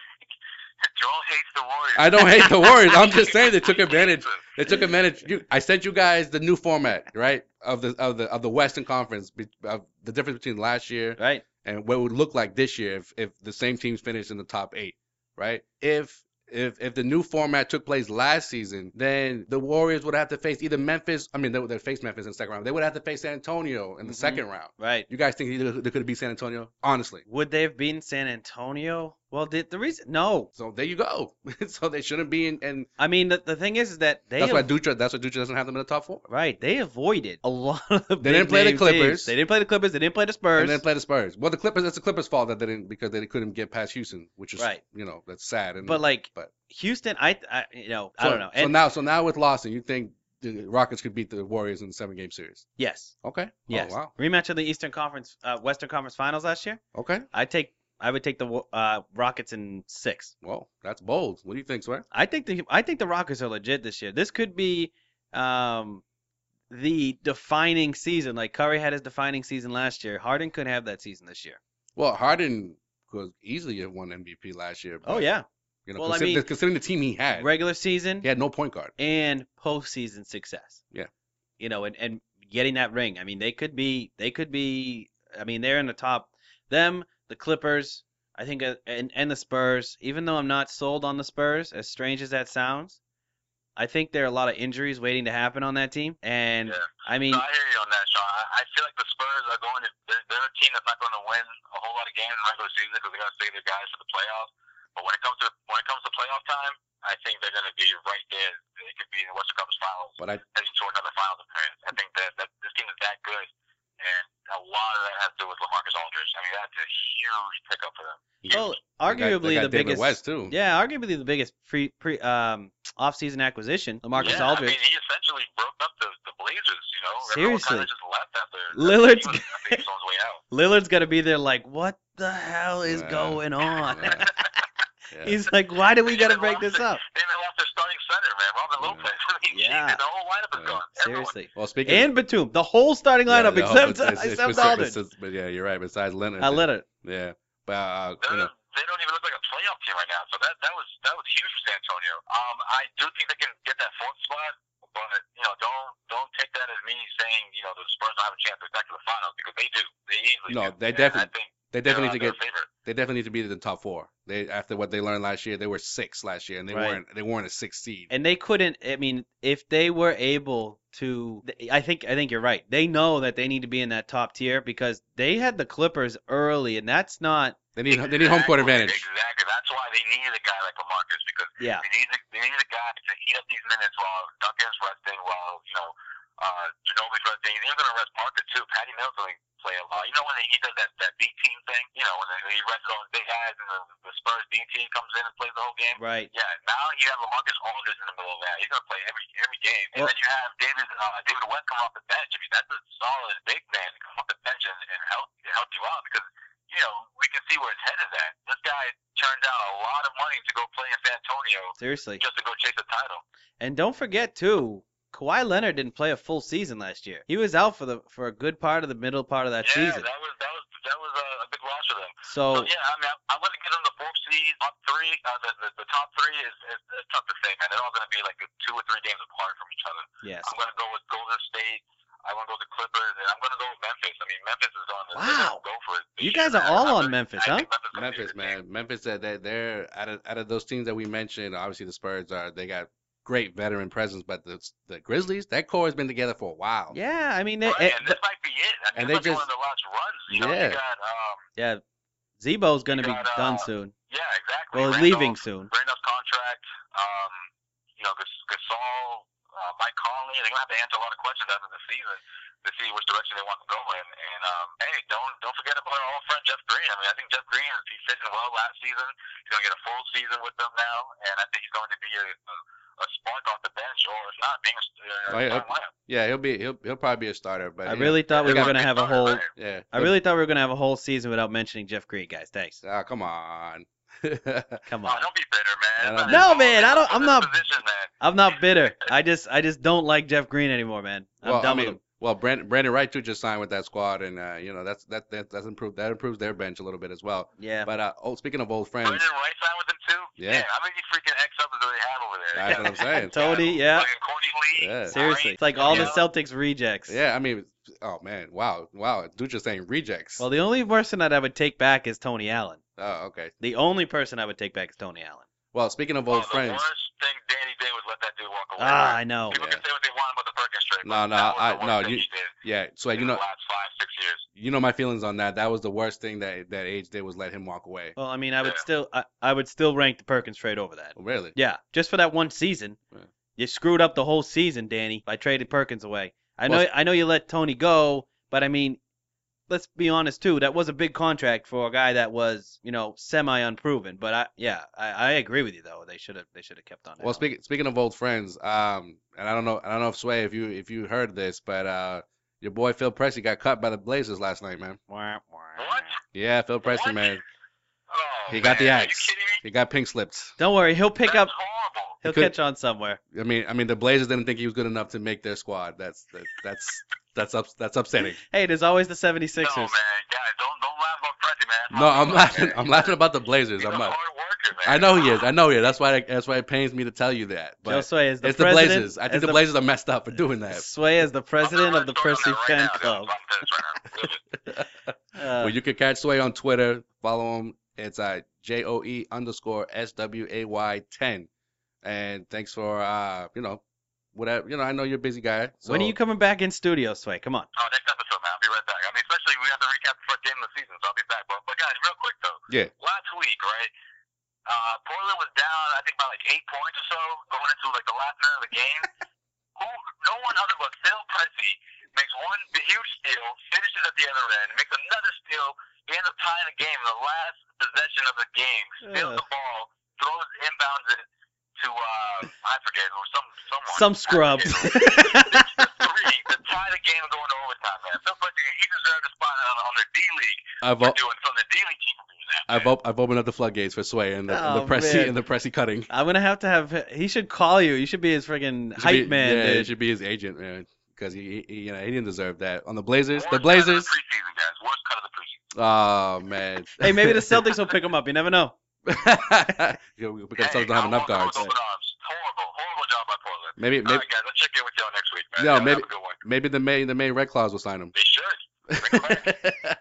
S4: Joel hates the Warriors.
S2: I don't hate the Warriors. I'm just saying they took advantage.
S4: Jesus.
S2: They took advantage. You, I sent you guys the new format, right, of the of the of the Western Conference, be- of the difference between last year
S3: Right?
S2: and what it would look like this year if, if the same teams finished in the top eight, right? If if if the new format took place last season, then the Warriors would have to face either Memphis. I mean, they would they face Memphis in the second round. They would have to face San Antonio in the
S3: Mhm.
S2: second round.
S3: Right.
S2: You guys think either they could be San Antonio? Honestly.
S3: Would they have beaten San Antonio? Well, the, the reason no.
S2: So there you go. so they shouldn't be in, and
S3: I mean, the, the thing is, is that they
S2: that's why
S3: av-
S2: Dutra. That's why Dutra doesn't have them in the top four.
S3: right they avoided a lot of.
S2: They didn't play the
S3: big-name teams.
S2: Clippers.
S3: They didn't play the Clippers. They didn't play the Spurs.
S2: And then play the Spurs. Well, the Clippers. That's the Clippers' fault that they didn't because they couldn't get past Houston, which is
S3: Right.
S2: You know that's sad. And
S3: but like
S2: but-
S3: Houston, I, I you know I
S2: So-
S3: don't know.
S2: So
S3: And
S2: now, so now with Lawson, you think the Rockets could beat the Warriors in the seven game series?
S3: yes,
S2: Okay.
S3: yes,
S2: Oh, wow.
S3: rematch of the Eastern Conference, uh, Western Conference Finals last year.
S2: Okay.
S3: I take, I would take the Wa- uh, Rockets in six.
S2: Well, that's bold. What do you think, Swear?
S3: I think the I think the Rockets are legit this year. This could be um the defining season. Like Curry had his defining season last year. Harden couldn't have that season this year.
S2: Well, Harden could easily have won MVP last year.
S3: Oh
S2: but,
S3: yeah,
S2: You know,
S3: Well, I
S2: consider-
S3: mean-
S2: considering the team he had,
S3: regular season
S2: he had no point guard.
S3: and postseason success.
S2: Yeah.
S3: you know, and and getting that ring. I mean, they could be they could be. I mean, they're in the top. Them, the Clippers. I think, uh, and and the Spurs. Even though I'm not sold on the Spurs, as strange as that sounds, I think there are a lot of injuries waiting to happen on that team. And
S4: Yeah.
S3: I mean,
S4: No, I hear you on that, Sean. I, I feel like the Spurs are going to. They're, they're a team that's not going to win a whole lot of games in the regular season because they got to save their guys for the playoffs. But when it comes to when it comes to playoff time, I think they're going to be right there. They could be in the Western Conference Finals,
S2: But I
S4: heading to another Finals appearance. I think that, that this team is that good, and a lot of that has to do with LaMarcus Aldridge. I mean, that's a huge pickup for them.
S3: well,
S2: they got- they
S3: oh, arguably
S2: got
S3: the
S2: David
S3: biggest.
S2: West too.
S3: Yeah, arguably the biggest pre pre um offseason acquisition, LaMarcus
S4: yeah,
S3: Aldridge.
S4: I mean, he essentially broke up the, the Blazers. You know,
S3: Seriously.
S4: everyone kind of just left after
S3: Lillard's-
S4: He was, I think he was on his way out.
S3: Lillard's gonna be there like, what the hell is
S2: Yeah.
S3: going on?
S2: Yeah. Yeah.
S3: He's like, why do we
S4: They
S3: gotta
S4: even
S3: break
S4: lost
S3: this
S4: it.
S3: up?
S4: They even lost their starting center, man. Robin
S2: Yeah.
S4: Lopez. I mean,
S3: Yeah.
S4: yeah. the whole lineup is
S2: Mm, Yeah. Uh,
S4: gone. Everyone.
S3: Seriously.
S2: Well, speaking
S3: And Batum, the whole starting
S2: Yeah,
S3: lineup
S2: no,
S3: except
S2: it's- it's- it's
S3: except
S2: besides-
S3: Aldridge.
S2: it's- But yeah, you're right. Besides Leonard,
S3: I let it.
S2: yeah, but uh,
S4: They're-
S2: you know,
S4: They don't even look like a playoff team right now. So that that was that was huge for San Antonio. Um, I do think they can get that fourth spot, but you know, don't don't take that as me saying you know the Spurs don't have a chance to get back to the finals because they do. They easily.
S2: No,
S4: do.
S2: they
S4: And
S2: definitely-
S4: I think
S2: they definitely
S4: they're,
S2: need to get
S4: they're favorite.
S2: they definitely need to be in the top four. They after what they learned last year, they were six last year, and they
S3: Right.
S2: weren't they weren't a six seed.
S3: And they couldn't I mean, if they were able to I think I think you're right. They know that they need to be in that top tier because they had the Clippers early and that's not
S2: They need they need home court
S4: Exactly,
S2: advantage.
S4: Exactly. That's why they needed a guy like LaMarcus because
S3: yeah.
S4: They need, they need a guy to eat up these minutes while Duncan's resting, while, you know, uh, Ginobili's resting. He's even going to rest Parker, too. Patty Mills will play a lot. You know, when he does that, that B team thing, you know, when he rests on his big guys and the, the Spurs B team comes in and plays the whole game?
S3: Right.
S4: Yeah, now you have LaMarcus Aldridge in the middle of that. He's going to play every every game. And
S3: Well-
S4: then you have David uh, David West come off the bench. I mean, that's a solid big man to come off the bench and, and help help you out because you know we can see where his head is at. This guy turned down a lot of money to go play in San Antonio
S3: Seriously.
S4: just to go chase the title.
S3: And don't forget too, Kawhi Leonard didn't play a full season last year. He was out for the for a good part of the middle part of that
S4: yeah,
S3: season.
S4: that was that was that was a, a big loss for them.
S3: So
S4: So yeah, I mean, I'm, I'm going to get them the fourth seed, top three. Uh, the, the the top three is, is it's tough to say, man. They're all going to be like two or three games apart from each other.
S3: yes.
S4: I'm going to go with Golden State. I want to go with the Clippers, and I'm going to go with Memphis. I mean, Memphis is on. they're gonna
S3: Wow.
S4: Go for it. this
S3: You
S4: year,
S3: guys are
S4: man.
S3: all
S4: I'm
S3: on
S4: really-
S3: Memphis,
S4: I
S3: huh?
S4: think Memphis, is gonna be
S2: Memphis,
S4: the team.
S2: man. Memphis that that they're out of out of those teams that we mentioned. Obviously, the Spurs are they got great veteran presence, but the the Grizzlies that core has been together for a while.
S3: Yeah, I mean, they, eh,
S4: Right, and this might be it. I mean,
S2: and
S4: this
S2: they
S4: might be one of the last runs. You know,
S2: Yeah.
S4: you got, um,
S3: yeah, Zebo's gonna be
S4: You got, uh,
S3: done soon.
S4: yeah, exactly.
S3: Well, he's
S4: Randolph,
S3: leaving soon.
S4: Randolph's contract. Um, you know, Gas- Gasol, uh, Mike Conley. They're gonna have to answer a lot of questions after the season to see which direction they want to go in. And um, hey, don't don't forget about our old friend Jeff Green. I mean, I think Jeff Green he fit in well last season. He's gonna get a full season with them now, and I think he's going to be a, a, a spark off the bench, or if not, being a uh,
S2: Oh, yeah.
S4: starting lineup.
S2: Yeah, he'll be he'll he'll probably be a starter. But you
S3: I
S2: know,
S3: really thought we
S2: they
S3: were
S2: got-
S3: gonna have a whole.
S4: Right.
S2: yeah.
S3: I really thought we were gonna have a whole season without mentioning Jeff Green, guys. Thanks.
S2: Ah, come on.
S3: Come
S4: Oh,
S3: on.
S4: don't be bitter,
S2: I don't
S4: man.
S3: know. No, man, I don't-
S4: Put
S3: I'm
S4: this
S3: not-
S4: Position, man.
S3: I'm not bitter. I just, I just don't like Jeff Green anymore, man. I'm
S2: well, I
S3: done with
S2: mean,
S3: him.
S2: well, Brandon, Brandon Wright too just signed with that squad, and uh, you know that's that that that's improved that improves their bench a little bit as well.
S3: Yeah.
S2: But uh, oh, speaking of old friends,
S4: Brandon Rice signed with them too.
S2: Yeah.
S4: How many freaking ex ups do they have over there?
S2: that's what I'm saying.
S3: Tony, yeah.
S4: Fucking Courtney Lee.
S2: Yeah.
S3: Seriously,
S4: Bryant,
S3: it's like all the
S4: yeah.
S3: Celtics rejects.
S2: Yeah, I mean, oh man, wow, wow, dude just saying rejects.
S3: Well, the only person that I would take back is Tony Allen.
S2: oh, okay.
S3: The only person I would take back is Tony Allen.
S2: Well, speaking of
S4: Oh,
S2: old
S4: the
S2: friends,
S4: worst thing Danny did was let that dude walk away.
S3: Ah, I know.
S4: People
S2: Oh, Yeah.
S4: can say what they want about the Perkins trade.
S2: No,
S4: but
S2: no,
S4: that was
S2: I-
S4: the worst
S2: no,
S4: thing
S2: you-
S4: he did
S2: yeah. So
S4: in
S2: you know,
S4: the last five, six years.
S2: you know my feelings on that. That was the worst thing that that age did was let him walk away.
S3: Well, I mean, I would
S4: Yeah.
S3: still, I, I would still rank the Perkins trade over that.
S2: Oh, Really?
S3: Yeah, just for that one season.
S2: Yeah.
S3: You screwed up the whole season, Danny, by trading Perkins away. I know
S2: Well-
S3: I know you let Tony go, but I mean, let's be honest too, that was a big contract for a guy that was, you know, semi unproven. But I yeah, I, I agree with you though. They should have they should have kept on
S2: Well,
S3: Allen.
S2: speaking speaking of old friends, um, and I don't know, I don't know if Sway, if you if you heard this, but uh, your boy Phil Presley got cut by the Blazers last night, man.
S3: Wah, wah.
S4: What?
S2: Yeah, Phil Presley,
S4: What?
S2: man,
S4: Oh,
S2: He got the
S4: man, Are
S2: axe.
S4: you kidding me?
S2: he got pink slipped.
S3: Don't worry, he'll pick
S4: That's
S3: up
S4: horrible.
S3: He'll
S2: could-
S3: catch on somewhere.
S2: I mean, I mean, the Blazers didn't think he was good enough to make their squad. That's that, that's that's up, that's upsetting.
S3: Hey, there's always the
S4: No,
S3: 76ers.
S4: man, guys, don't don't laugh about Prezi, man.
S2: No, I'm laughing.
S4: man.
S2: I'm laughing about the Blazers.
S4: He's
S2: I'm
S4: a
S2: not.
S4: hard worker, man.
S2: I know he is. I know he is. That's why. That's why it pains me to tell you that.
S3: Joe
S2: But
S3: Sway is the
S2: it's the
S3: president.
S2: Blazers. I
S3: as
S2: think the Blazers are messed up for doing that.
S3: Sway is the president of the Percy Fan Club.
S2: Well,
S3: Uh,
S2: you can catch Sway on Twitter. Follow him. It's uh, J O E underscore S W A Y ten. And thanks for uh, you know, whatever. You know, I know you're a busy guy. So
S3: when are you coming back in studio, Sway? Come on.
S4: Oh, next episode, man. I'll be right back. I mean, especially we have to recap the first game of the season, so I'll be back. But, but guys, real quick though.
S2: Yeah.
S4: Last week, right? Uh, Portland was down, I think, by like eight points or so going into like the last minute of the game. Who? No one other but Phil Pressey makes one big- huge steal, finishes at the other end, makes another steal. He ends up tying the game in the last possession of the game. Steals
S3: Ugh.
S4: the ball, throws inbounds it to uh, I forget or some someone.
S3: Some
S4: I
S3: scrub.
S4: forget who three to tie the game going to overtime, man. Phil Fletcher, he deserved a spot on, on the D League
S2: I've
S4: for
S2: o-
S4: doing from the D League team for doing that.
S2: I've
S4: man.
S2: op- I've opened up the floodgates for Sway and the,
S3: Oh,
S2: and the pressy
S3: man.
S2: and the pressy cutting.
S3: I'm gonna have to have. He should call you. You should be his
S2: It
S3: friggin'
S2: should
S3: hype
S2: be-
S3: man,
S2: Yeah,
S3: dude.
S2: it should be his agent, man, because he, he you know he didn't deserve that. On the Blazers, the
S4: Worst cut of
S2: Blazers.
S4: the preseason, guys. Worst cut of the preseason.
S2: Oh man.
S3: Hey, maybe the Celtics will pick him up. You never know.
S2: Yo, we got to
S4: Hey,
S2: don't have
S4: I
S2: enough
S4: want those
S2: guards.
S4: open arms. Horrible, horrible job by Portland.
S2: Maybe
S4: All
S2: maybe
S4: right, guys, let's check in with y'all next week, man.
S2: Yo,
S4: Y'all
S2: maybe-
S4: have a good one.
S2: maybe the May the May Red Claws will sign him.
S4: They should.
S2: All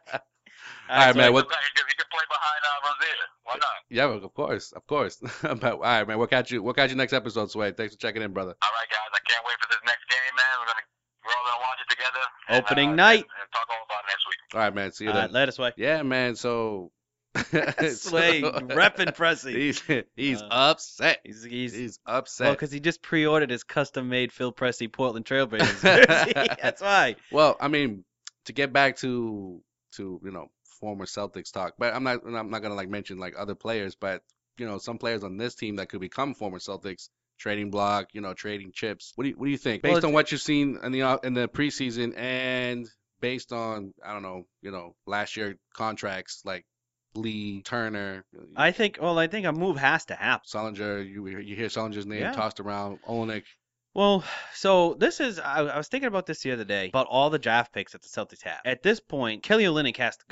S2: right,
S3: Sway.
S2: man. What,
S4: He can, he can play behind uh, Rozier. Why not?
S2: yeah, of course, of course. but, all right, man. We'll catch you. We'll catch you next episode, Sway. Thanks for checking in, brother.
S4: All right, guys. I can't wait for this next game, man. We're gonna we're all gonna watch it together. and,
S3: Opening
S4: uh,
S3: night.
S4: And, and talk all about it next week.
S2: All right, man. See you
S3: All
S2: then.
S3: right, let us way.
S2: Yeah, man. So,
S3: Sway,
S2: so-
S3: repping Pressy.
S2: He's he's
S3: Uh,
S2: upset.
S3: He's he's,
S2: He's
S3: well
S2: upset.
S3: because he just pre-ordered his custom-made Phil Pressey Portland Trailblazers jersey. That's why.
S2: Well, I mean, to get back to to you know former Celtics talk, but I'm not I'm not gonna like mention like other players, but you know some players on this team that could become former Celtics trading block, you know trading chips. What do you what do you think
S3: Well,
S2: based on
S3: it's-
S2: what you've seen in the uh, in the preseason and based on I don't know you know last year contracts like Lee Turner,
S3: I think. Well, I think a move has to happen.
S2: Solinger. You you hear Solinger's name
S3: Yeah.
S2: tossed around. Olenek.
S3: Well, so this is I, I was thinking about this the other day about all the draft picks that the Celtics have. At this point, Kelly Olynyk has to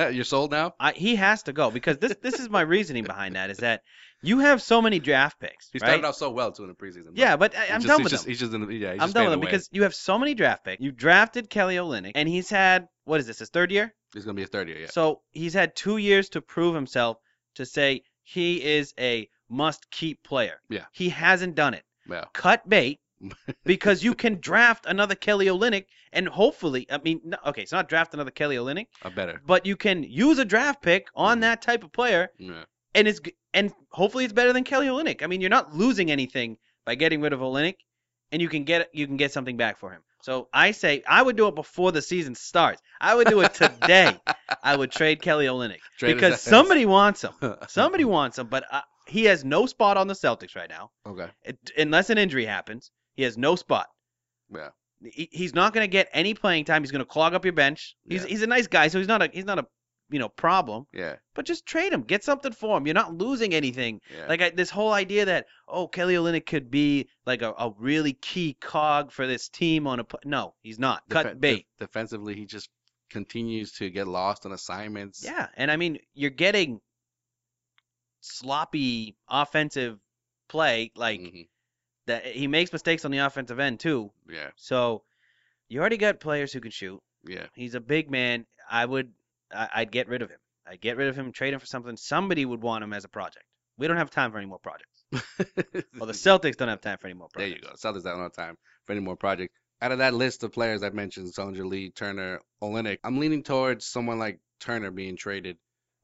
S3: go.
S2: You're sold now.
S3: I, he has to go because this this is my reasoning behind that is that you have so many draft picks,
S2: He started
S3: right?
S2: off so well too in the preseason. but
S3: yeah, but I,
S2: he's
S3: I'm
S2: just-
S3: done
S2: he's
S3: with
S2: just,
S3: him.
S2: He's just in the, yeah, he's
S3: I'm
S2: just fading
S3: done with him
S2: away.
S3: because you have so many draft picks. You drafted Kelly Olynyk, and he's had what is this his third year?
S2: He's gonna be a third year, yeah.
S3: So he's had two years to prove himself to say he is a must keep player.
S2: Yeah.
S3: He hasn't done it.
S2: Yeah.
S3: Cut bait because you can draft another Kelly Olynyk and hopefully, I mean, no- okay, it's not draft another Kelly Olynyk,
S2: A better.
S3: but you can use a draft pick on
S2: Mhm.
S3: that type of player
S2: Yeah.
S3: and it's g- and hopefully it's better than Kelly Olynyk. I mean, you're not losing anything by getting rid of Olynyk, and you can get you can get something back for him. So I say I would do it before the season starts. I would do it today. I would trade Kelly Olynyk
S2: Trade his
S3: because
S2: ass.
S3: somebody wants him. Somebody wants him, but uh, he has no spot on the Celtics right now,
S2: Okay.
S3: It- unless an injury happens. He has no spot.
S2: Yeah.
S3: He- he's not going to get any playing time. He's going to clog up your bench. He's
S2: Yeah.
S3: he's a nice guy, so he's not a he's not a you know problem.
S2: Yeah.
S3: But just trade him. Get something for him. You're not losing anything.
S2: Yeah.
S3: Like I, this whole idea that oh Kelly Olynyk could be like a, a really key cog for this team on a pl- no he's not
S2: Defe-
S3: cut
S2: def-
S3: bait
S2: defensively, he just continues to get lost on assignments.
S3: yeah and I mean you're getting sloppy offensive play like
S2: Mhm.
S3: that he makes mistakes on the offensive end too
S2: Yeah.
S3: so you already got players who can shoot
S2: Yeah.
S3: he's a big man I would I, I'd get rid of him I'd get rid of him trade him for something somebody would want him as a project we don't have time for any more projects well the Celtics don't have time for any more
S2: there
S3: projects
S2: you go. South is out on time for any more projects. Out of that list of players I've mentioned, Solinger, Lee, Turner, Olenek, I'm leaning towards someone like Turner being traded.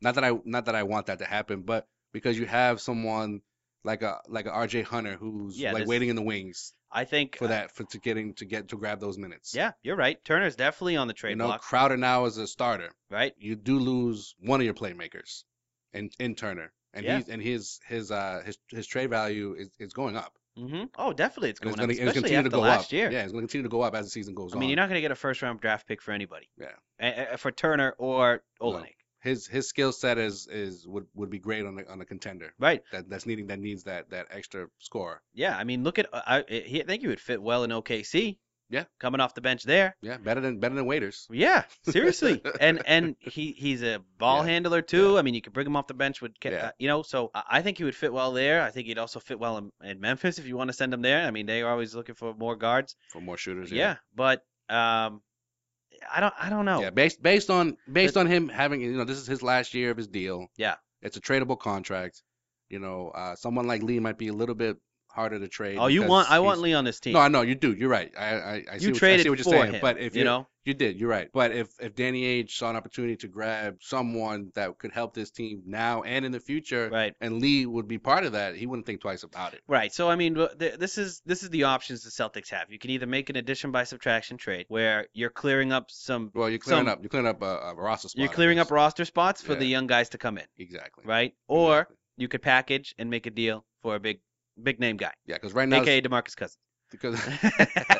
S2: Not that I not that I want that to happen, but because you have someone like a like a RJ Hunter who's
S3: Yeah,
S2: like
S3: this-
S2: waiting in the wings
S3: I think uh,
S2: for that for to getting to get to grab those minutes.
S3: Yeah, you're right. Turner's definitely on the trade
S2: you know,
S3: block,
S2: Crowder now is a starter.
S3: right?
S2: you do lose one of your playmakers in, in Turner. And
S3: Yeah.
S2: he's and his his uh his his trade value is, is going up.
S3: hmm Oh, definitely, it's
S2: And
S3: going
S2: it's gonna,
S3: up,
S2: and it's
S3: especially
S2: continue
S3: after
S2: to go
S3: last
S2: up.
S3: year.
S2: Yeah, it's gonna continue to go up as the season goes
S3: I mean,
S2: on.
S3: you're not going to get a first round draft pick for anybody.
S2: Yeah.
S3: A- a- for Turner or
S2: No.
S3: Olenek.
S2: his his skill set is is would would be great on a, on a contender
S3: Right.
S2: that that's needing that needs that that extra score.
S3: Yeah. I mean, look at. uh, I, I he- I think he would fit well in OKC.
S2: Yeah.
S3: Coming off the bench there.
S2: Yeah, better than better than waiters.
S3: Yeah, seriously, and and he he's a ball
S2: Yeah,
S3: handler too. I mean, you could bring him off the bench with, Ke-
S2: Yeah.
S3: uh, you know. So I I think he would fit well there. I think he'd also fit well in, in Memphis if you want to send him there. I mean, they are always looking for more guards.
S2: for more shooters.
S3: Yeah, but um, I don't I don't know.
S2: Yeah, based based on based on him having you know this is his last year of his deal.
S3: Yeah.
S2: it's a tradable contract. You know, uh, someone like Lee might be a little bit harder to trade.
S3: oh, you
S2: because
S3: want I
S2: he's-
S3: want Lee on this team.
S2: No, I know you do. You're right. I I, I see
S3: you
S2: what,
S3: traded
S2: I see what you're
S3: for
S2: saying.
S3: him,
S2: But if
S3: you know,
S2: you did, you're right. But if if Danny Age saw an opportunity to grab someone that could help this team now and in the future,
S3: right.
S2: and Lee would be part of that, he wouldn't think twice about it.
S3: Right. So I mean, wh- th- this is this is the options the Celtics have. You can either make an addition by subtraction trade where you're clearing up some
S2: Well, you're clearing
S3: Some-
S2: up you're clearing up a, a roster spot.
S3: you're
S2: I
S3: clearing up
S2: guess.
S3: roster spots for
S2: Yeah.
S3: the young guys to come in,
S2: exactly
S3: right? Or
S2: Exactly.
S3: you could package and make a deal for a big big name guy,
S2: yeah, because right now
S3: aka DeMarcus Cousins.
S2: because. I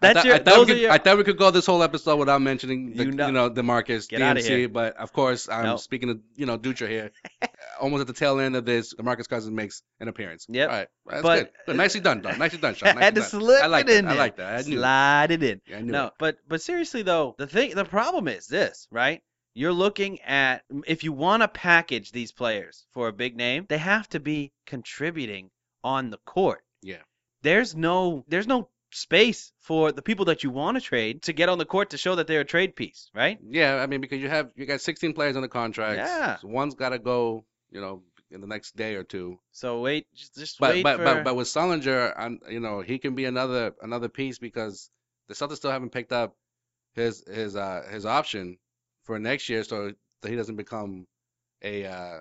S3: That's
S2: thought-
S3: your
S2: I thought,
S3: those
S2: we
S3: are
S2: could,
S3: your
S2: I thought we could go this whole episode without mentioning the,
S3: You
S2: you
S3: know-
S2: know, DeMarcus
S3: Get outta here.
S2: DMC, but of course I'm
S3: No.
S2: speaking to you know Dutra here. Uh, Almost at the tail end of this, DeMarcus Cousins makes an appearance.
S3: Yep.
S2: All right. That's
S3: But-
S2: good. Good. Nicely done, Don. Nicely done, Sean.
S3: I had
S2: Nicely
S3: to
S2: done.
S3: slip
S2: I like
S3: it in.
S2: that. I
S3: there.
S2: like that. I knew. it.
S3: Slide it in.
S2: Yeah, I knew.
S3: No,
S2: it.
S3: but but seriously though, the thing the problem is this, right? You're looking at if you want to package these players for a big name, they have to be contributing on the court.
S2: Yeah.
S3: There's no there's no space for the people that you want to trade to get on the court to show that they're a trade piece, right?
S2: Yeah, I mean because you have you got 16 players on the contract.
S3: Yeah.
S2: So one's got to go. You know, in the next day or two.
S3: So wait, just, just
S2: But
S3: wait
S2: but,
S3: for
S2: but but with Sullinger, i you know, he can be another another piece because the Celtics still haven't picked up his his uh his option for next year, so that he doesn't become a uh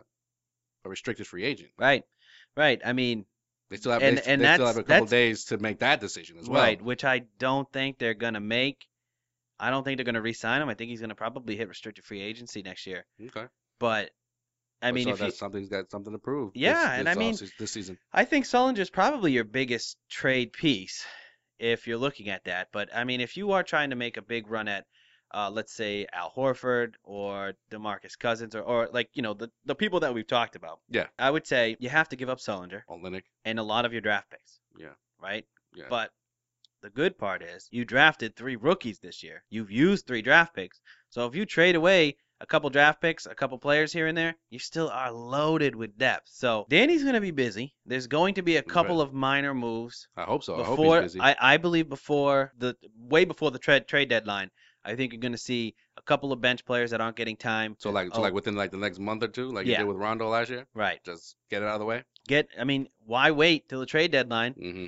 S2: a restricted free agent.
S3: right. Right. I mean,
S2: They still have
S3: And-
S2: they,
S3: and
S2: they still
S3: that's-
S2: have a couple
S3: that's-
S2: days to make that decision as well.
S3: Right, which I don't think they're gonna make. I don't think they're gonna re-sign him. I think he's gonna probably hit restricted free agency next year.
S2: Okay.
S3: But I mean,
S2: so
S3: if you,
S2: that's something he's got something to prove. this-
S3: Yeah, and
S2: this
S3: I mean-
S2: offseas- this season.
S3: I think Sullinger's probably your biggest trade piece if you're looking at that. But I mean, if you are trying to make a big run at, uh, let's say Al Horford or Demarcus Cousins or, or like you know the the people that we've talked about.
S2: Yeah.
S3: I would say you have to give up Sullinger
S2: Olenek.
S3: and a lot of your draft picks.
S2: Yeah.
S3: Right?
S2: Yeah.
S3: But the good part is you drafted three rookies this year. You've used three draft picks. So if you trade away a couple draft picks, a couple players here and there, you still are loaded with depth. So Danny's going to be busy. There's going to be a
S2: Right.
S3: couple of minor moves
S2: I hope so. I
S3: before
S2: hope he's busy.
S3: I, I believe before the way before the trade trade deadline. I think you're going to see a couple of bench players that aren't getting time.
S2: so like so
S3: oh.
S2: like within like the next month or two, like you
S3: Yeah.
S2: did with Rondo last year,
S3: Right.
S2: just get it out of the way.
S3: Get I mean, why wait till the trade deadline?
S2: Mm-hmm.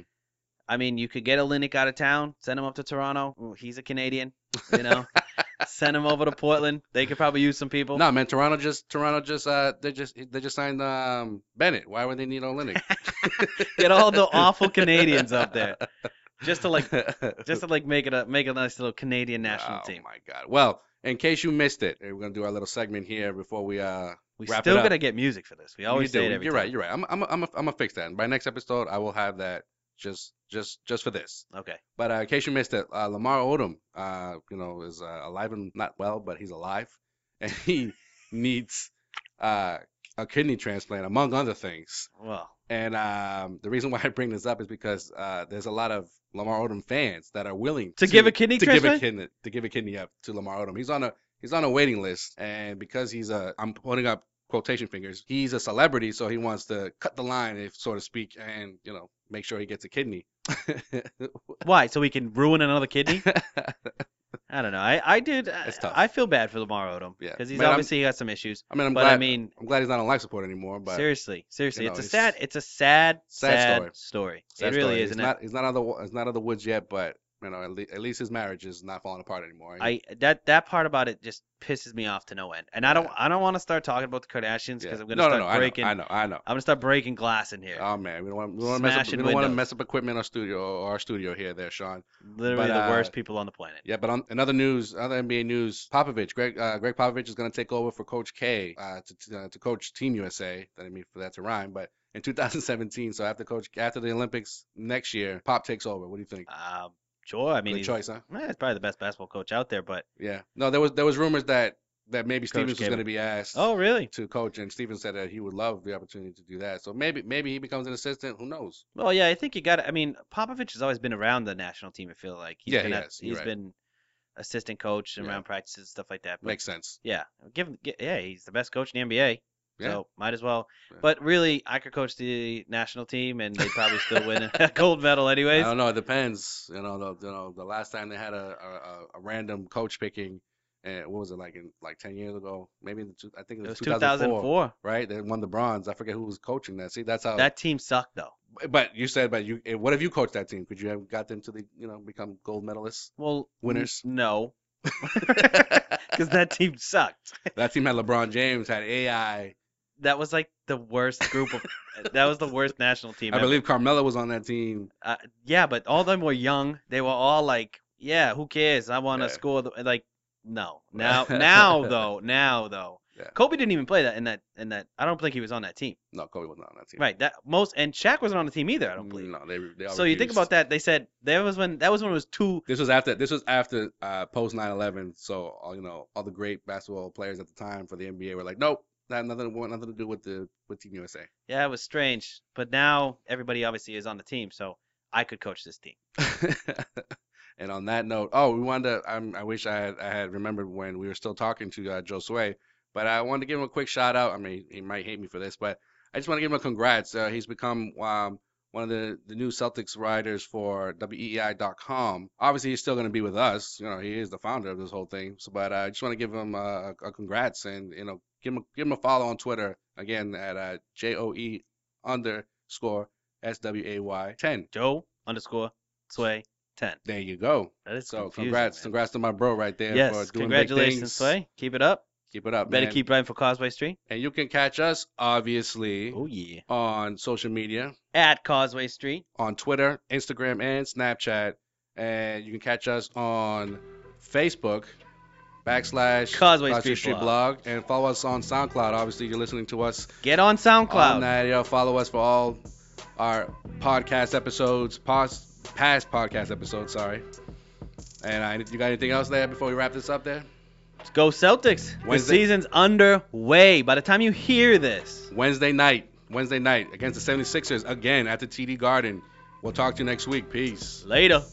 S3: I mean, you could get Olenek out of town, send him up to Toronto. Ooh, he's a Canadian, you know. send him over to Portland. They could probably use some people.
S2: No, man, Toronto just Toronto just uh they just they just signed um Bennett. Why would they need Olenek?
S3: Get all the awful Canadians up there just to like just
S2: just
S3: to like make it a make a nice little Canadian national
S2: oh,
S3: team.
S2: my god. Well, in case you missed it, we're gonna do our little segment here before we uh.
S3: We
S2: Wrap it
S3: still
S2: up.
S3: gotta get music for this. We always
S2: you
S3: say it every
S2: You're
S3: time.
S2: right. You're right. I'm I'm I'm a, I'm gonna fix that. And by next episode, I will have that just just just for this.
S3: Okay.
S2: But uh, in case you missed it, uh, Lamar Odom, uh, you know, is uh, alive and not well, but he's alive, and he needs uh, a kidney transplant among other things.
S3: Well,
S2: And um, the reason why I bring this up is because uh, there's a lot of Lamar Odom fans that are willing
S3: To give a kidney
S2: to give a
S3: transplant?
S2: kidney to give a kidney up to Lamar Odom. He's on a he's on a waiting list, and because he's a I'm holding up quotation fingers. He's a celebrity, so he wants to cut the line, if so to speak, and you know make sure he gets a kidney.
S3: why? So we can ruin another kidney? I don't know. I I did. I,
S2: It's tough.
S3: I feel bad for Lamar Odom
S2: Yeah.
S3: because he's
S2: Man, I'm-
S3: obviously got some issues.
S2: I mean, I'm
S3: but
S2: glad
S3: I mean,
S2: I'm glad he's not on life support anymore, but
S3: seriously, seriously,
S2: you
S3: it's
S2: know,
S3: a
S2: it's-
S3: sad. It's a sad,
S2: Sad
S3: sad,
S2: story.
S3: story.
S2: sad
S3: it really
S2: story.
S3: is,
S2: He's
S3: and I-
S2: not he's not out of the wa- he's not out of the woods yet, but you know at, le- at least his marriage is not falling apart anymore.
S3: I that that part about it just pisses me off to no end. And I don't I don't want to start talking about the Kardashians because
S2: Yeah.
S3: I'm gonna
S2: no,
S3: start
S2: no, no,
S3: breaking.
S2: I know, I know, I know.
S3: I'm gonna start breaking glass in here.
S2: Oh man, we don't want we don't mess up, we
S3: Smashing
S2: don't want to
S3: windows.
S2: mess up equipment or studio or our studio here, there, Sean.
S3: Literally
S2: but,
S3: the
S2: uh,
S3: worst people on the planet.
S2: Yeah, but on another news, other NBA news, Popovich, Greg, uh, Greg Popovich is going to take over for Coach K uh, to to, uh, to coach Team USA. I mean for that to rhyme, but in 2017, so after Coach after the Olympics next year, Pop takes over. What do you think?
S3: Um, sure. I mean,
S2: Good
S3: he's,
S2: choice, huh?
S3: eh, he's probably the best basketball coach out there, but
S2: Yeah. No, there was there was rumors that that maybe Stevens was
S3: Cable.
S2: going to be asked
S3: Oh, really?
S2: to coach, and Stevens said that he would love the opportunity to do that. So maybe maybe he becomes an assistant. Who knows?
S3: Well, yeah, I think you got. to I mean, Popovich has always been around the national team. I feel like he's
S2: Yeah,
S3: been
S2: he
S3: a-
S2: has. You're
S3: he's
S2: right.
S3: been assistant coach and
S2: Yeah.
S3: around practices and stuff like that. But
S2: Makes sense.
S3: yeah, give him. gi- yeah, he's the best coach in the NBA.
S2: Yeah.
S3: So might as well.
S2: Yeah.
S3: But really, I could coach the national team, and they probably still win a gold medal
S2: I
S3: anyways.
S2: don't know. It depends. You know, the, you know, the last time they had a, a, a- a random coach picking, and what was it like in like ten years ago? Maybe in the two, I think
S3: It was
S2: 2004.
S3: 2004.
S2: Right? They won the bronze. I forget who was coaching that. See, that's how.
S3: That team sucked though.
S2: but you said, but you, eh, what if you coached that team? Could you have got them to the, you know, become gold medalists?
S3: Well, n-
S2: Winners.
S3: No, because
S2: that
S3: that team sucked.
S2: team had LeBron James, had AI.
S3: That was like the worst group of. that was the worst national team.
S2: I
S3: ever.
S2: believe Carmelo was on that team.
S3: uh, yeah, but all of them were young. They were all like, yeah, who cares? I want to
S2: Yeah.
S3: score. The, like, no. Now, now though, now though,
S2: Yeah.
S3: Kobe didn't even play that in that in that. I don't think he was on that team.
S2: No, Kobe wasn't on that team.
S3: Right. That most and Shaq wasn't on the team either. I don't believe.
S2: No, they, Mm, they all
S3: so you think
S2: refused.
S3: about that? They said that was when that was when it was two.
S2: This was after this was after uh, post 9/11. So all, you know all the great basketball players at the time for the NBA were like, nope, that nothing want nothing to do with the with Team USA.
S3: Yeah, it was strange. But now everybody obviously is on the team, so I could coach this team.
S2: and on that note, oh, we wanted to. I'm, I wish I had I had remembered when we were still talking to uh, Joe Sway, but I wanted to give him a quick shout out. I mean, he might hate me for this, but I just want to give him a congrats. Uh, he's become um, one of the, the new Celtics writers for E WEEI.com. Obviously, he's still going to be with us. You know, he is the founder of this whole thing. So, but uh, I just want to give him uh, a, a congrats and you know give him a, give him a follow on Twitter again at uh, J O E underscore S W A Y ten.
S3: Joe underscore Sway ten.
S2: There you go.
S3: That is
S2: So
S3: confusing,
S2: congrats,
S3: man.
S2: congrats to my bro right there for doing
S3: Yes,
S2: big
S3: congratulations,
S2: things.
S3: Sway. Keep it up.
S2: Keep it up,
S3: Better
S2: man.
S3: keep running for Causeway Street.
S2: And you can catch us obviously
S3: Oh yeah.
S2: on social media,
S3: At Causeway Street.
S2: on Twitter, Instagram, and Snapchat, and you can catch us on Facebook backslash
S3: Causeway Street
S2: blog. and follow us on SoundCloud. Obviously, you're listening to us
S3: Get
S2: on
S3: on SoundCloud.
S2: that. You know, follow us for all our podcast episodes, pos- past podcast episodes. Sorry. And I, you got anything else there before we wrap this up? There.
S3: Go Celtics. The
S2: Wednesday-
S3: season's underway. By the time you hear this,
S2: Wednesday night. Wednesday night against the 76ers again at the TD Garden. We'll talk to you next week. Peace.
S3: later.